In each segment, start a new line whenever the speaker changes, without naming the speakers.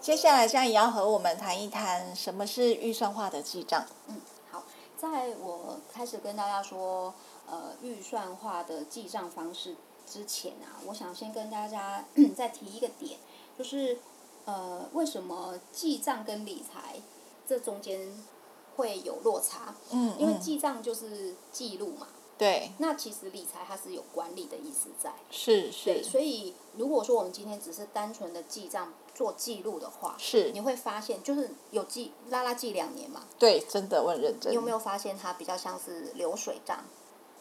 接下来，像也要和我们谈一谈什么是预算化的记账。
好，在我开始跟大家说呃预算化的记账方式之前啊，我想先跟大家 再提一个点，就是呃为什么记账跟理财这中间会有落差？
嗯
因为
嗯
记账就是记录嘛，
对，
那其实理财它是有管理的意思在。
是是
对，所以如果说我们今天只是单纯的记账做记录的话，
是
你，会发现就是有记拉拉记两年嘛，
对，真的我很认真。
你有没有发现它比较像是流水账？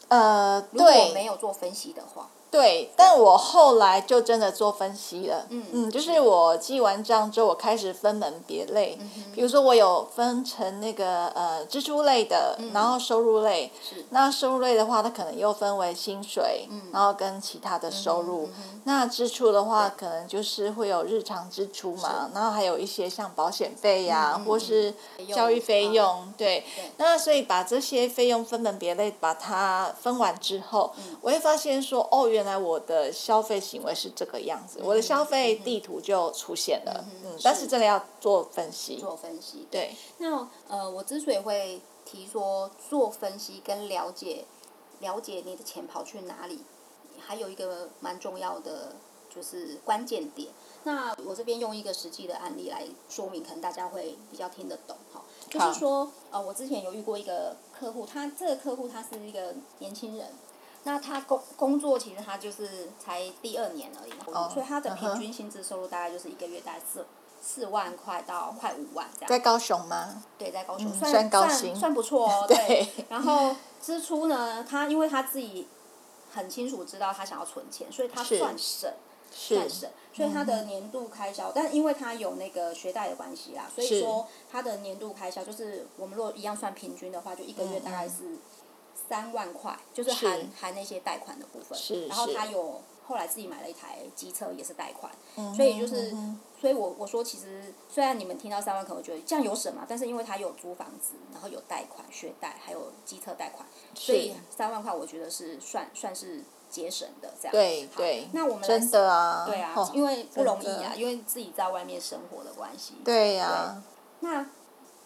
呃，
如果没
对
有做分析的话，
对，但我后来就真的做分析了。
嗯
嗯，就是我记完账之后，我开始分门别类。
嗯哼，
比如说，我有分成那个呃支出类的，
嗯
然后收入类。
是
那收入类的话，它可能又分为薪水，
嗯
然后跟其他的收入。
嗯哼
那支出的话，
对
可能就是会有日常支出嘛，然后还有一些像保险费呀、
嗯嗯
或是教育费
费啊
用，对。
对
那所以把这些费用分门别类，把它分完之后，
嗯
我会发现说，哦，原来我的消费行为是这个样子，我的消费地图就出现了。
嗯
嗯，
哼
但
是
是真的要做分析。
做分析。
对，
那呃，我之所以会提说做分析跟了解了解你的钱跑去哪里，还有一个蛮重要的就是关键点。那我这边用一个实际的案例来说明，可能大家会比较听得懂哈。就
好
是说，呃，我之前有遇过一个客户，他这个客户他是一个年轻人，那他工工作其实他就是才第二年而已，
哦
所以他的
嗯哼
平均薪资收入大概就是一个月大概四四万块到快五万这样。
在高雄吗？
对，在高雄、
嗯
算
算高薪。
算算不错哦 对，然后支出呢，他因为他自己很清楚知道他想要存钱，所以他
是
算省，算
是嗯
省，所以他的年度开销，但因为他有那个学贷的关系啦，所
是
以说他的年度开销就是我们如果一样算平均的话，就一个月大概是三万块，就是
嗯是
含含那些贷款的部分。
是
然后
是
他有后来自己买了一台机车，也是贷款，
嗯
所以就是。所以我我说，其实虽然你们听到三万，可能会觉得这样有什么？但是因为他有租房子，然后有贷款、学贷，还有机车贷款，所以
是
三万块我觉得是算算是节省的这样。
对
好
对，
那我们来
真的啊，
对啊，
哦
因为不容易
真
啊
的，
因为自己在外面生活的关系。
对呀、
那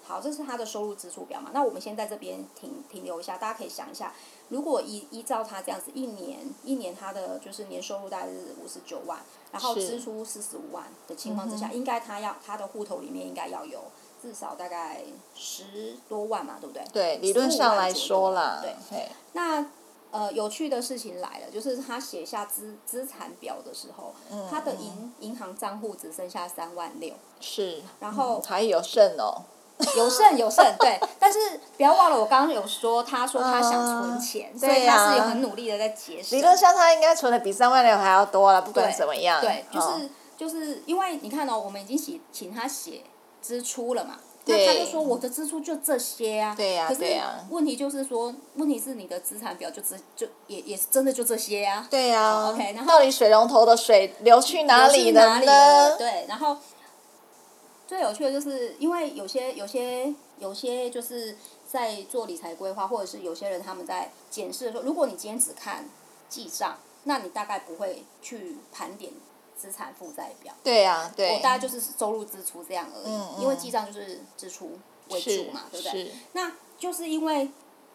好，这是他的收入支出表嘛？那我们先在这边停停留一下，大家可以想一下，如果依依照他这样子，一年一年他的就是年收入大概是五十九万，然后
是嗯
支出四十五万的情况之下，应该他要他的户头里面应该要有至少大概十多万嘛，对不对？
对，理论上来说啦，
对
嘿，
那呃，有趣的事情来了，就是他写下资资产表的时候，
嗯
他的银银行账户只剩下三万六，
是，
然后
嗯还有剩哦，
有剩有剩， 对。但是不要忘了，我刚刚有说，他说他想存钱，所
对
以
呀
他是有很努力的在节省。
嗯啊理论上他应该存的比三万六还要多了，不管
对
怎么样，
对，就
哦
是就是因为你看哦，我们已经写请他写支出了嘛，
对
那他就说我的支出就这些啊。
对呀
可是
对呀
问题就是说，问题是你的资产表就只就也也是真的就这些啊。
对呀、
好，OK，然后
到底水龙头的水流去哪里
流去哪里
呢？
对，然后最有趣的就是，因为有些有些有些就是在做理财规划，或者是有些人他们在检视的时候，如果你今天只看记账，那你大概不会去盘点资产负债表，
对呀、对
我，哦大概就是收入支出这样而已，
嗯嗯嗯
因为记账就是支出为
是
主嘛，对不对？
是，
那就是因为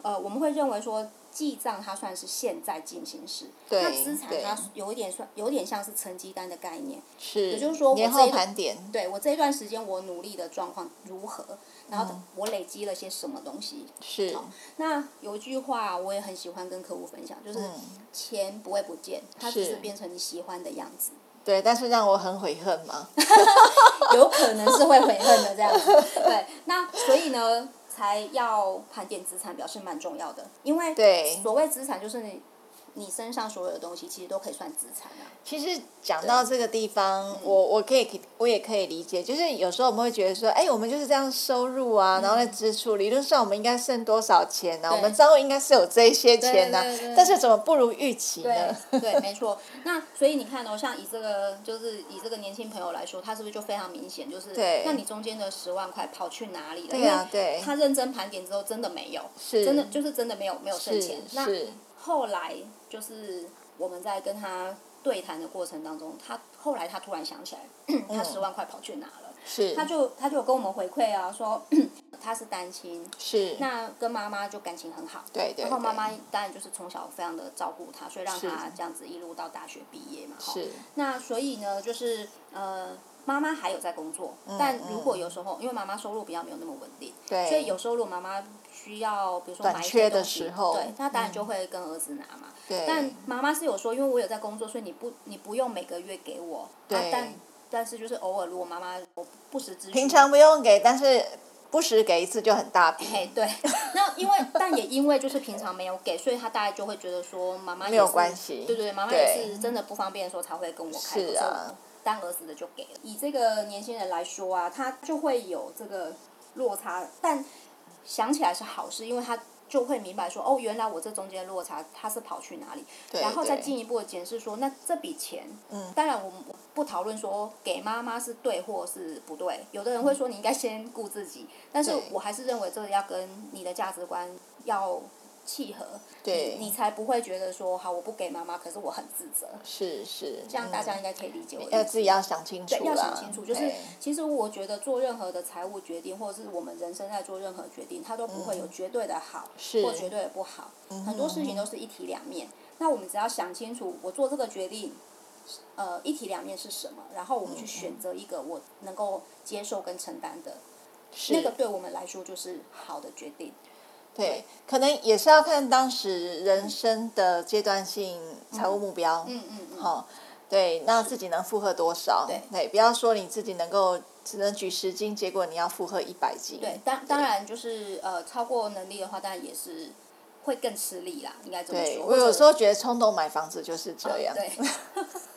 呃，我们会认为说记账它算是现在进行式，
对
那资产
对
它有一点算有一点像是成绩单的概念，
是，也
就是说我
年
这
后
一
盘点，
对我这一段时间我努力的状况如何，然后我累积了些什么东西。
嗯是，
那有一句话我也很喜欢跟客户分享，就是
嗯，
钱不会不见，它只
是
是变成你喜欢的样子，
对，但是让我很悔恨嘛，
有可能是会悔恨的这样子。对，那所以呢，才要盘点资产表是蛮重要的，因为
对
所谓资产就是你你身上所有的东西其实都可以算资产啊。
其实讲到这个地方，我我可以我也可以理解，就是有时候我们会觉得说，哎，我们就是这样收入啊，然后再支出，理论上我们应该剩多少钱呢、
嗯
啊
对
我们账户应该是有这一些钱呢、啊
对对对
但是怎么不如预期呢？
对对，没错。那所以你看哦，像以这个就是以这个年轻朋友来说，他是不是就非常明显？就是
对
那你中间的十万块跑去哪里了？
对啊
因为
对
他认真盘点之后，真的没有，
是
真的就是真的没有没有剩钱
是。
那
是，
后来就是我们在 跟他对谈的过程当中，他后来他突然想起来，他十万块跑去哪了？
嗯是
他就他就有跟我们回馈啊，说 他是单亲，
是，
那跟妈妈就感情很好，
对对
然后妈妈
对
当然就是从小非常的照顾他，所以让
是
他这样子一路到大学毕业嘛，哈
是
那所以呢，就是呃，妈妈还有在工作，但如果有时候，因为妈妈收入比较没有那么稳定，
嗯对，
所以有时候如果妈妈需要，比如说
短
买一
缺
些
的
东西，
时候嗯
对，她当然就会跟儿子拿嘛。
对
但妈妈是有说，因为我有在工作，所以你不你不用每个月给我，啊
对、
但但是就是偶尔如果妈妈我不时之需，
平常不用给，但是不时给一次就很大笔，
嘿，哎对，那因为但也因为就是平常没有给，所以他大概就会觉得说妈妈也
没有
是
关系
对对对，妈妈
对
也是真的不方便的时候才会跟我开口，
是啊，
当儿子的就给了。以这个年轻人来说啊，他就会有这个落差，但想起来是好事，因为他就会明白说哦，原来我这中间的落差他是跑去哪里，
对
然后再
对
进一步的检视说，那这笔钱，
嗯
当然我们不讨论说给妈妈是对或是不对，有的人会说你应该先顾自己，但是
对
我还是认为这个要跟你的价值观要契合，
对
你你才不会觉得说好我不给妈妈，可是我很自责，
是是，嗯
这样大家应该可以理解我
要
的意思
呃自己要想清楚
对，要
啦
想清楚，就是
对
其实我觉得做任何的财务决定，或者是我们人生在做任何决定，它都不会有绝对的好、
嗯是嗯
或绝对的不好，很多事情都是一体两面。那我们只要想清楚，我做这个决定，呃，一体两面是什么，然后我
嗯
们去选择一个我能够接受跟承担的，
是
那个对我们来说就是好的决定。
对，可能也是要看当时人生的阶段性财务目标，
嗯嗯嗯，
哦，对，那自己能负荷多少？
对
不要说你自己能够只能举十斤，结果你要负荷一百斤，
对，当当然就是呃，超过能力的话，当然也是会更吃力啦，应该这么
对
说。
我
或
有
者
时候觉得冲动买房子就是这样，
哦对，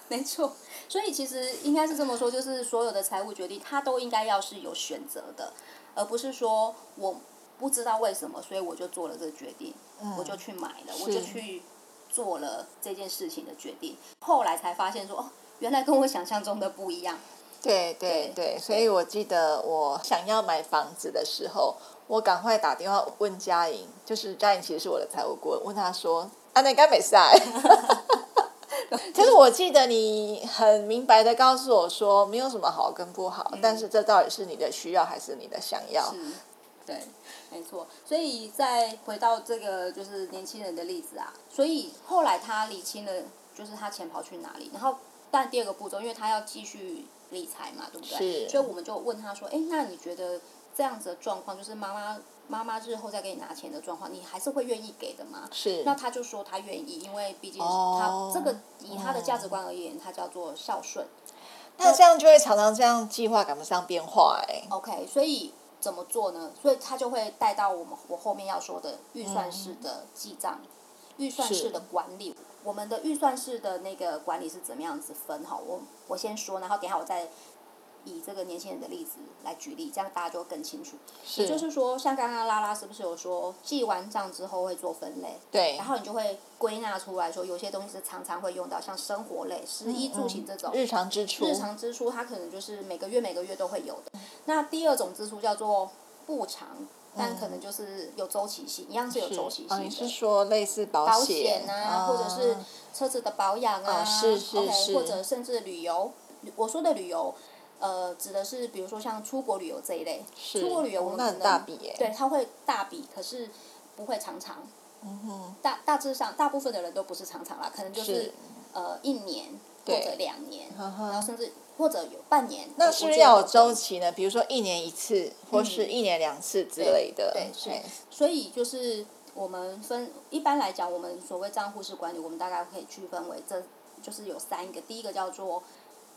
没错。所以其实应该是这么说，就是所有的财务决定，它都应该要是有选择的，而不是说我不知道为什么，所以我就做了这个决定，我就去买了，我
嗯是
就去做了这件事情的决定，后来才发现说哦，原来跟我想象中的不一样。
对对
对
对，所以我记得我想要买房子的时候，我赶快打电话问嘉颖，就是嘉颖其实是我的财务顾问，问她说：“啊，那该没 赛。”可是我记得你很明白的告诉我说，没有什么好跟不好，
嗯
但是这到底是你的需要还是你的想要？
是，对，没错。所以再回到这个就是年轻人的例子啊，所以后来他理清了，就是他钱跑去哪里，然后但第二个步骤，因为他要继续理财嘛，对不对？
是
所以我们就问他说：“哎，那你觉得这样子的状况，就是妈妈妈妈日后再给你拿钱的状况，你还是会愿意给的吗？”
是
那他就说他愿意，因为毕竟他、
哦
这个以他的价值观而言，他叫做孝顺。
那这样就会常常这样计划赶不上变化、哎，
OK，所以怎么做呢？所以他就会带到我们我后面要说的预
嗯
算式的记账、预算式的管理。我们的预算式的那个管理是怎么样子分哈？我我先说，然后等一下我再以这个年轻人的例子来举例，这样大家就会更清楚。也就是说，像刚刚拉拉是不是有说记完账之后会做分类？
对
然，后你就会归纳出来说，有些东西是常常会用到，像生活类、食衣住行这种。
嗯日常支出，
日常支出，它可能就是每个月每个月都会有的。那第二种支出叫做不常，但可能就是有周期性，一样是有周期
哦，你
性
是
的。
说类似保
保险啊，或者是
啊
车子的保养啊
啊是是
o k
是
或者甚至旅游。我说的旅游，呃，指的是比如说像出国旅游这一类，
是
出国旅游
哦
我们
那
可
很
能
大笔耶
对，它会大笔，可是不会常常。
嗯
大大致上，大部分的人都不是常常啦，可能就是
是
呃一年或
对
者两年，
哼
然后甚至或者有半年。
那
我
是
我
不是
觉得
要
都
有
可以
周期呢？比如说一年一次，或是一年两次之
对
类的。
对，是
哎。
所以就是我们分，一般来讲，我们所谓账户式管理，我们大概可以区分为这就是有三个，第一个叫做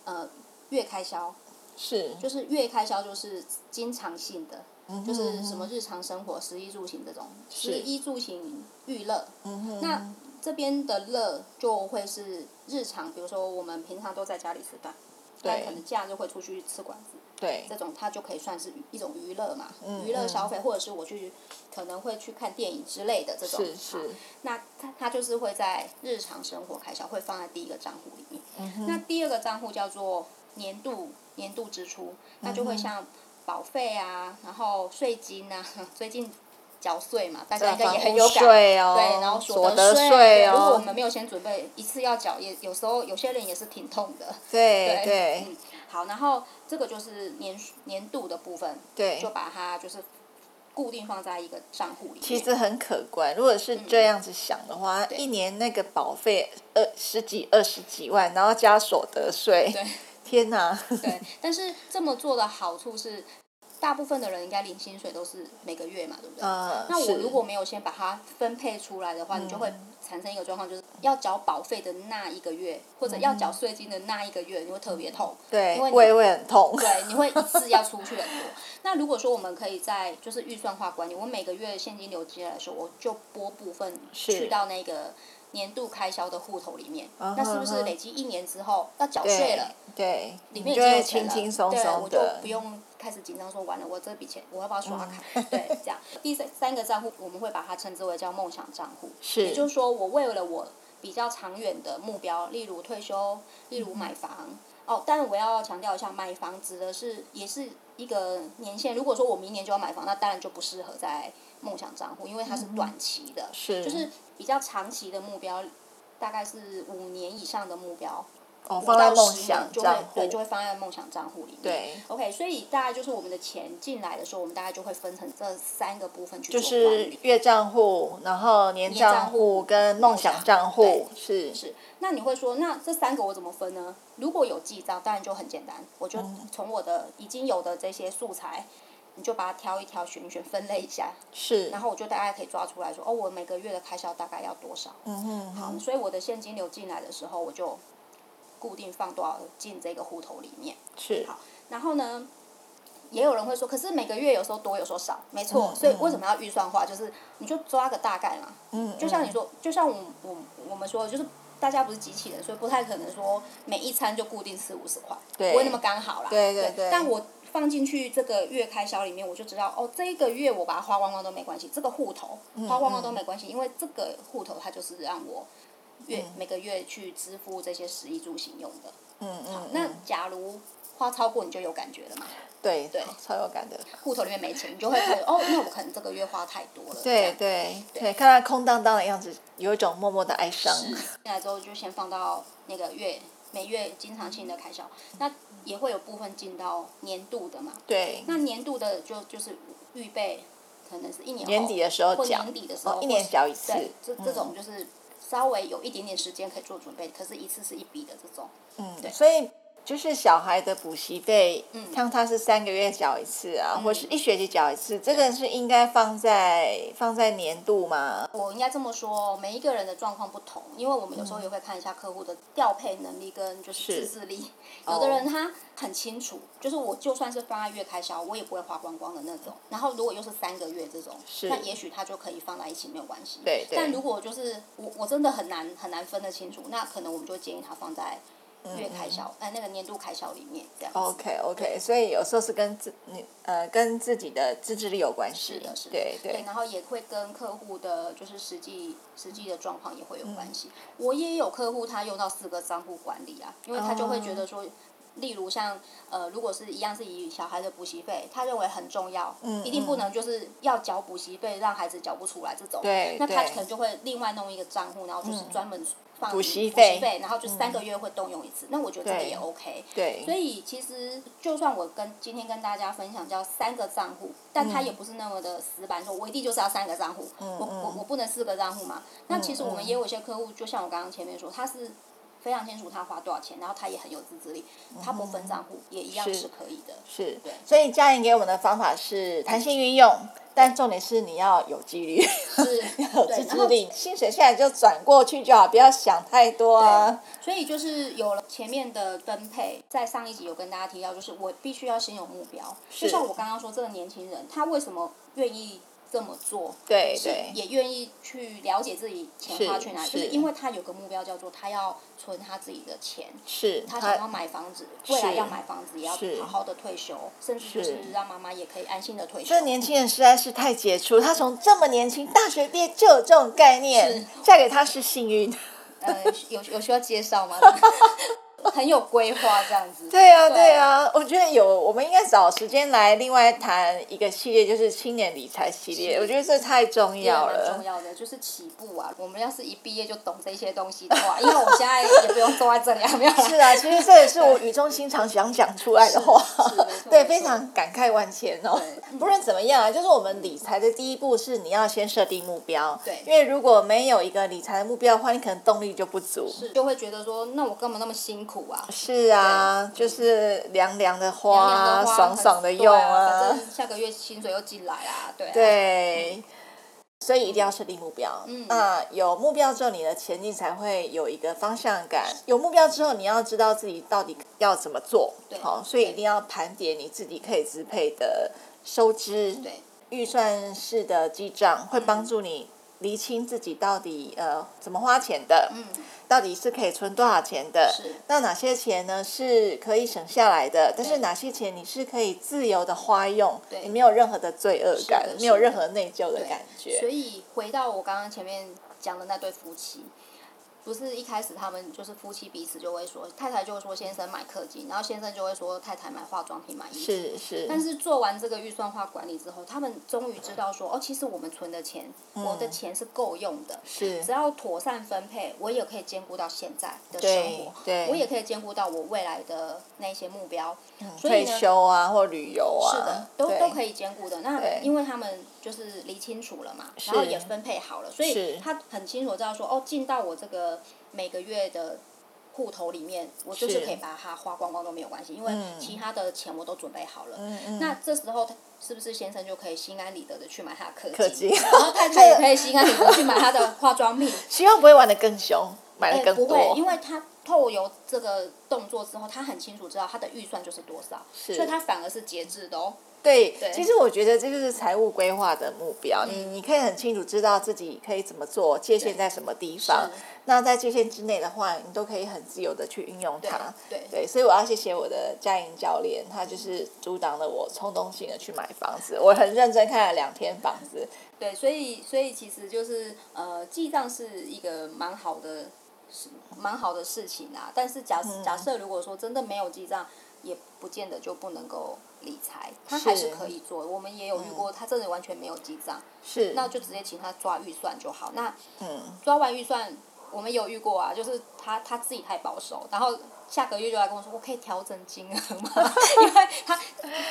呃月开销，
是
就是月开销就是经常性的。
嗯
就是什么日常生活、食衣住行这种，食衣住行娱乐，
嗯
那这边的乐就会是日常，比如说我们平常都在家里吃饭，但可能假日会出去吃馆子，
对嗯
这种它就可以算是一种娱乐嘛，娱乐消费，或者是我去可能会去看电影之类的这种。
是
好
是，
那它它就是会在日常生活开销会放在第一个账户里面。
嗯
那第二个账户叫做年度年度
嗯
支出，那就会像保费啊，然后税金啊，最近。缴税嘛，大家
在
应该
啊
也
房
很
屋
有感。
税哦，
对，然后所
得
税，
税
啊如果我
哦，
们没有先准备，一次要缴，也有时候有些人也是挺痛的。
对
对
对
嗯，好，然后这个就是年年度的部分，
对
就，把它就是固定放在一个账户里面。
其实很可观。如果是这样子想的话，
嗯对
一年那个保费二十几、二十几万，然后加所得税，
对
天哪！
对，但是这么做的好处是，大部分的人应该领薪水都是每个月嘛，对不对？
呃，
那我
是嗯
如果没有先把它分配出来的话，你就会产生一个状况，就是要缴保费的那一个月，或者要缴税金的那一个月，你会特别痛。
嗯对
因为你
胃会很痛，
对，你会一次要出去很多。那如果说我们可以在就是预算化管理，我每个月现金流进来的时候，我就拨部分
是
去到那个年度开销的户头里面，
嗯
那是不
哼
是
哼
累积一年之后要缴税
对
了？
对，你
里面已
就
经
会
有
轻
钱了，
轻松
对，
松
我就
的嗯
不，用开始紧张说完了，我这笔钱我要不要刷卡？对，这样。第三三个账户我们会把它称之为叫梦想账户，
是
也就是说我为了我比较长远的目标，例如退休，例如
嗯
买房。哦，但是我要强调一下，买房指的是也是一个年限。如果说我明年就要买房，那当然就不适合在梦想账户，因为它是短期的，
嗯是
就是比较长期的目标，大概是五年以上的目标。
哦，
五
放在
到
梦
十年
想
就
账
会
户
对，，就会放在梦想账户里面。
对
，OK，所以大概就是我们的钱进来的时候，我们大概就会分成这三个部分去
就
做管
是
理。
月账户，然后年
年账
账
户
户跟梦想账户
对
是
是，那你会说，那这三个我怎么分呢？如果有记账，当然就很简单，我就
哦
从我的已经有的这些素材，你就把它挑一挑、选一选、分类一下，
是，嗯
然后我就大概可以抓出来说，哦，我每个月的开销大概要多少。
嗯哼
好，
哼，
所以我的现金流进来的时候，我就固定放多少进这个户头里面。
是
好然后呢，也有人会说，可是每个月有时候多，有时候少，没错。
嗯
所以为什么要预算化？就是你就抓个大概嘛。
嗯，
就像
嗯
你说，就像我我我们说的，就是大家不是机器人，所以不太可能说每一餐就固定吃五十块，
对
不会那么刚好啦。
对对对
但我放进去这个月开销里面，我就知道哦，这一个月我把它花光光都没关系，这个户头
嗯
花光光都没关系，因为这个户头它就是让我。月、每个月去支付这些食衣住行用的，
嗯嗯，
那假如花超过，你就有感觉了嘛？
对
对
超有感的，
户头里面没钱， 你就会觉得哦，那我可能这个月花太多了。这
对
样
对对，看他空荡荡的样子，有一种默默的哀伤，
是进来之后就先放到那个月每月经常性的开销，那也会有部分进到年度的嘛。
对，
那年度的就就是预备，可能是一年后
年底的时候
或
讲，
年底的时候，
哦
或
一年
是
缴一次
对这这
嗯
种就是稍微有一点点时间可以做准备，可是一次是一笔的这种。对
嗯，所以就是小孩的补习费，
嗯
像他是三个月缴一次啊，
嗯
或是一学期缴一次，这个是应该放在放在年度吗？
呃我应该这么说，每一个人的状况不同，因为我们有时候也会看一下客户的调配能力跟就是
是
自制力。
哦
有的人他很清楚，就是我就算是放在月开销，我也不会花光光的那种。然后如果又是三个月这种，
嗯是
那也许他就可以放在一起没有关系。
对对
但如果就是我我真的很难很难分得清楚，那可能我们就会建议他放在月开销，
嗯
哎、那个年度开销里面这样子。
哦 OK OK，所以有时候是跟自你呃跟自己的自制力有关系，
是的，是的，
对对
然后也会跟客户的就是实际实际的状况也会有
嗯
关系。我也有客户他用到四个账户管理啊，因为他就会觉
哦
得说，例如像呃，如果是一样是以小孩的补习费，他认为很重要，
嗯
一定不能就是要缴补习费让孩子缴不出来这种，
对
那他
对嗯
可能就会另外弄一个账户，然后就是专门放
补习
费，
费嗯
然后就三个月会动用一次，那我觉得这个
对
也 OK。所
对，
以其实就算我跟今天跟大家分享叫三个账户，但
嗯
他也不是那么的死板，说我一定就是要三个账户，我我我不能四个账户嘛。
嗯
那其实我们也有一些客户，就像我刚刚前面说，他是非常清楚他花多少钱，然后他也很有自制力，他不分账户也一样
嗯是
是可以的。
是
对，
所以家人给我们的方法是弹性运用，但重点是你要有纪律，
是
要 有
对
自
然
制
后
力，薪水下来就转过去就好，不要想太多啊。
对，所以就是有了前面的分配，在上一集有跟大家提到，就是我必须要先有目标。就是像我刚刚说，这个年轻人他为什么愿意这么做？
对
是
对
也愿意去了解自己钱
是
花去哪里，就是是因为他有个目标叫做他要存他自己的钱，
是，
他想要买房子，未来
是
要买房子，也要
是
好好的退休，甚至就是是让妈妈也可以安心的退休。
这年轻人实在是太杰出，他从这么年轻，大学毕业就有这种概念，嫁给他是幸运。
呃，有有需要介绍吗？很有规划这样子。
对啊，
对
对啊，我觉得有，我们应该找时间来另外谈一个系列，就是青年理财系列。
是
我觉得这太重
也
要
蛮重
了。
要的，就是起步啊。我们要是一毕业就懂这些东西的话，因为我们现在也不用坐在这里啊，没有啦。
是啊，其实这也是我语重心长想讲出来的话
是是没。错
对，
没错
非常感慨万千哦
对。
不论怎么样啊，就是我们理财的第一步是你要先设定目标。
对
因为如果没有一个理财的目标的话，你可能动力就不足。
是 就会觉得说，那我干嘛那么辛苦啊？
是啊，就是凉凉的花，啊
凉凉的花
爽
很
爽的
对
用
啊，反正下个月薪水又进来啊，对啊。
对，所以一定要设定目标。
嗯
那有目标之后，你的前进才会有一个方向感。有目标之后，你要知道自己到底要怎么做。
对
好，所以一定要盘点你自己可以支配的收支、
对嗯
预算式的记账，会帮助你厘清自己到底呃怎么花钱的，
嗯，
到底是可以存多少钱的。
是
那哪些钱呢是可以省下来的？但是
对
哪些钱你是可以自由的花用？
对
你没有任何的罪恶感
是的，
没有
是的
任何内疚的
对
感
所
觉。
以回到我刚刚前面讲的那对夫妻，不是一开始他们就是夫妻彼此就会说，太太就会说先生买氪金，然后先生就会说太太买化妆品买衣服。
是是，
但是做完这个预算化管理之后，他们终于知道说，哦，其实我们存的钱，
嗯
我的钱是够用的，
是
只要妥善分配，我也可以兼顾到现在的生
对
活，
对，
我也可以兼顾到我未来的那些目标，所以
嗯退
呢，
休啊或旅游啊，
是的，都
对
都可以兼顾的。那
对
因为他们就是理清楚了嘛，然后
是
也分配好了，所以
是
他很清楚知道说，哦，进到我这个每个月的户头里面，我就
是
是可以把它花光光都没有关系，因为
嗯
其他的钱我都准备好了。
嗯嗯，
那这时候他是不是先生就可以心安理得的去买他的氪
氪金
然后太太也可以心安理得地去买他的化妆品？
希望不会玩的更凶，买的
哎，
更
不会，因
多。
为他透由这个动作之后，他很清楚知道他的预算就是多少，
是
所以他反而是节制的哦。
对
对，嗯
其实我觉得这就是财务规划的目标。你你可以很清楚知道自己可以怎么做，界限
对
在什么地方。
是
那在界限之内的话，你都可以很自由的去运用
对
它。
对
对，所以我要谢谢我的嘉莹教练，他就是阻挡了我冲动性的去买房子。我很认真看了两天房子，
对，所以所以其实就是呃，记账是一个蛮好的事，蛮好的事情啊。但是假
嗯
假设如果说真的没有记账，也不见得就不能够理财，他还是
是嗯
可以做。我们也有遇过，他真的完全没有记账，
是
那就直接请他抓预算就好。那
嗯，
抓完预算，我们有遇过啊，就是他他自己太保守，然后下个月就来跟我说，我可以调整金额吗？ 因为他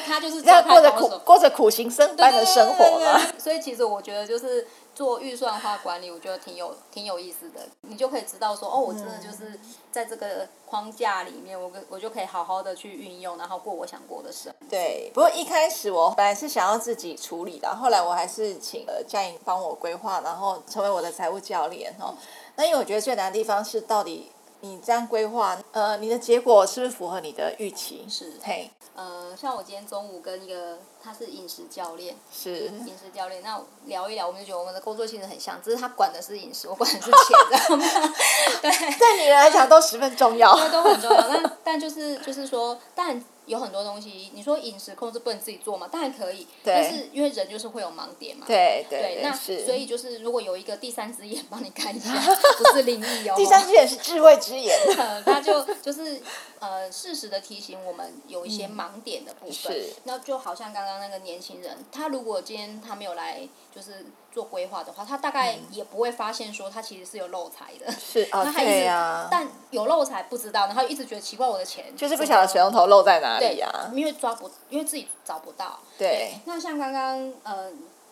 他就是
这样
太
过着
保
苦
守
过着苦行僧般的生活
对
嘛。
对对所以其实我觉得就是做预算化管理，我觉得挺有挺有意思的。你就可以知道说，哦，我真的
嗯
就是在这个框架里面，我跟我就可以好好的去运用，然后过我想过的生活。
对，不过一开始我本来是想要自己处理的，后来我还是请呃嘉颖帮我规划，然后成为我的财务教练哦。那因为我觉得最难的地方是到底你这样规划，呃，你的结果是不是符合你的预期？
是
嘿，
呃，像我今天中午跟一个他是饮食教练，
是
饮食教练，那我聊一聊，我们就觉得我们的工作其实很像，只是他管的是饮食，我管的是钱，知道吗？对。
对你来讲都十分重要。
都很重要。但但就是就是说，当然有很多东西，你说饮食控制不能自己做嘛，当然可以，
对
但是因为人就是会有盲点嘛。
对
对
对
那
是。
所以就是如果有一个第三只眼帮你看 一下，不是灵异哦，
第三只眼是智慧之 眼，
呃，他就就是呃，适时的提醒我们有一些盲点的部分。
嗯是
那就好像刚刚那个年轻人，他如果今天他没有来就是做规划的话，他大概也不会发现说他其实是有漏财的。
嗯是啊
那，他一直
对呀，
但有漏财不知道，然后一直觉得奇怪，我的钱
就是不
怎么
晓得水龙头漏在哪里
对
呀。
因为抓不，因为自己找不到。
啊对，
那像刚刚呃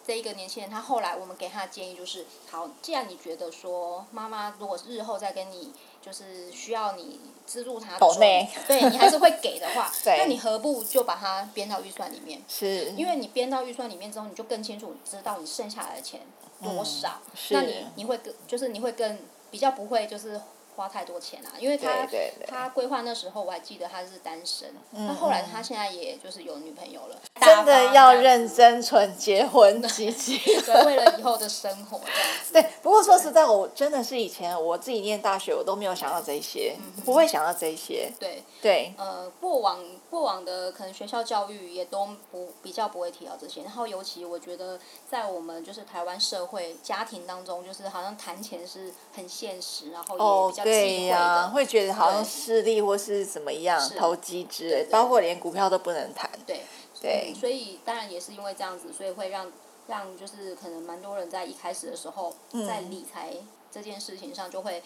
这一个年轻人，他后来我们给他的建议就是，好，既然你觉得说妈妈如果日后再跟你就是需要你资助他的时候
抖内，
对你还是会给的话
，对
那你何不就把它编到预算里面？
是
因为你编到预算里面之后，你就更清楚知道你剩下来的钱多少，
嗯是
那你你会更就是你会更比较不会就是花太多钱啊，因为他
对对对
他规划那时候我还记得他是单身，那后来他现在也就是有女朋友了，
嗯真的要认
大方
真存结婚基金。
这 样子，对，为了以后的生活这样子，
对，不过说实在，我真的是以前我自己念大学，我都没有想到这些，
嗯
不会想到这些。
对，
对，
呃，过往过往的可能学校教育也都不比较不会提到这些，然后尤其我觉得在我们就是台湾社会家庭当中，就是好像谈钱是很现实，然后也
哦
比较较忌
对
讳
呀、
的。
会觉得好像
对
势利或是怎么样
是
投机之类
对，对
包括连股票都不能谈。
对
对
嗯所以当然也是因为这样子，所以会让让就是可能蛮多人在一开始的时候，
嗯
在理财这件事情上就会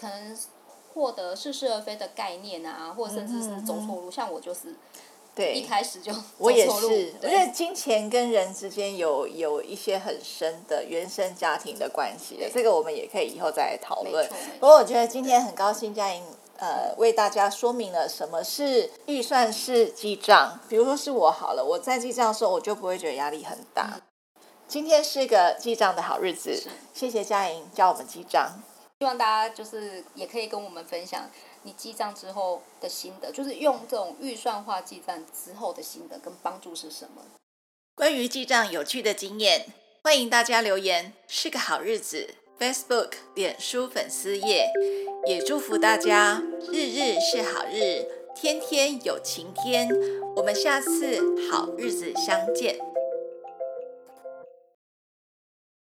可能获得似是而非的概念啊，或者甚至是走错
嗯
路。像我就是一
对，
开始就走
我也
错路
是，我觉
对
得金钱跟人之间有有一些很深的原生家庭的关系的，
对
这个我们也可以以后再来讨
没
论
错没。错
不过我觉得今天很高兴嘉莹。呃，为大家说明了什么是预算式记账。比如说是我好了，我在记账的时候，我就不会觉得压力很大。
嗯
今天是个记账的好日子
是，
谢谢嘉莹教我们记账。
希望大家就是也可以跟我们分享你记账之后的心得，就是用这种预算化记账之后的心得跟帮助是什么。
关于记账有趣的经验，欢迎大家留言。是个好日子，Facebook、脸书粉丝页，也祝福大家日日是好日，天天有晴天。我们下次好日子相见，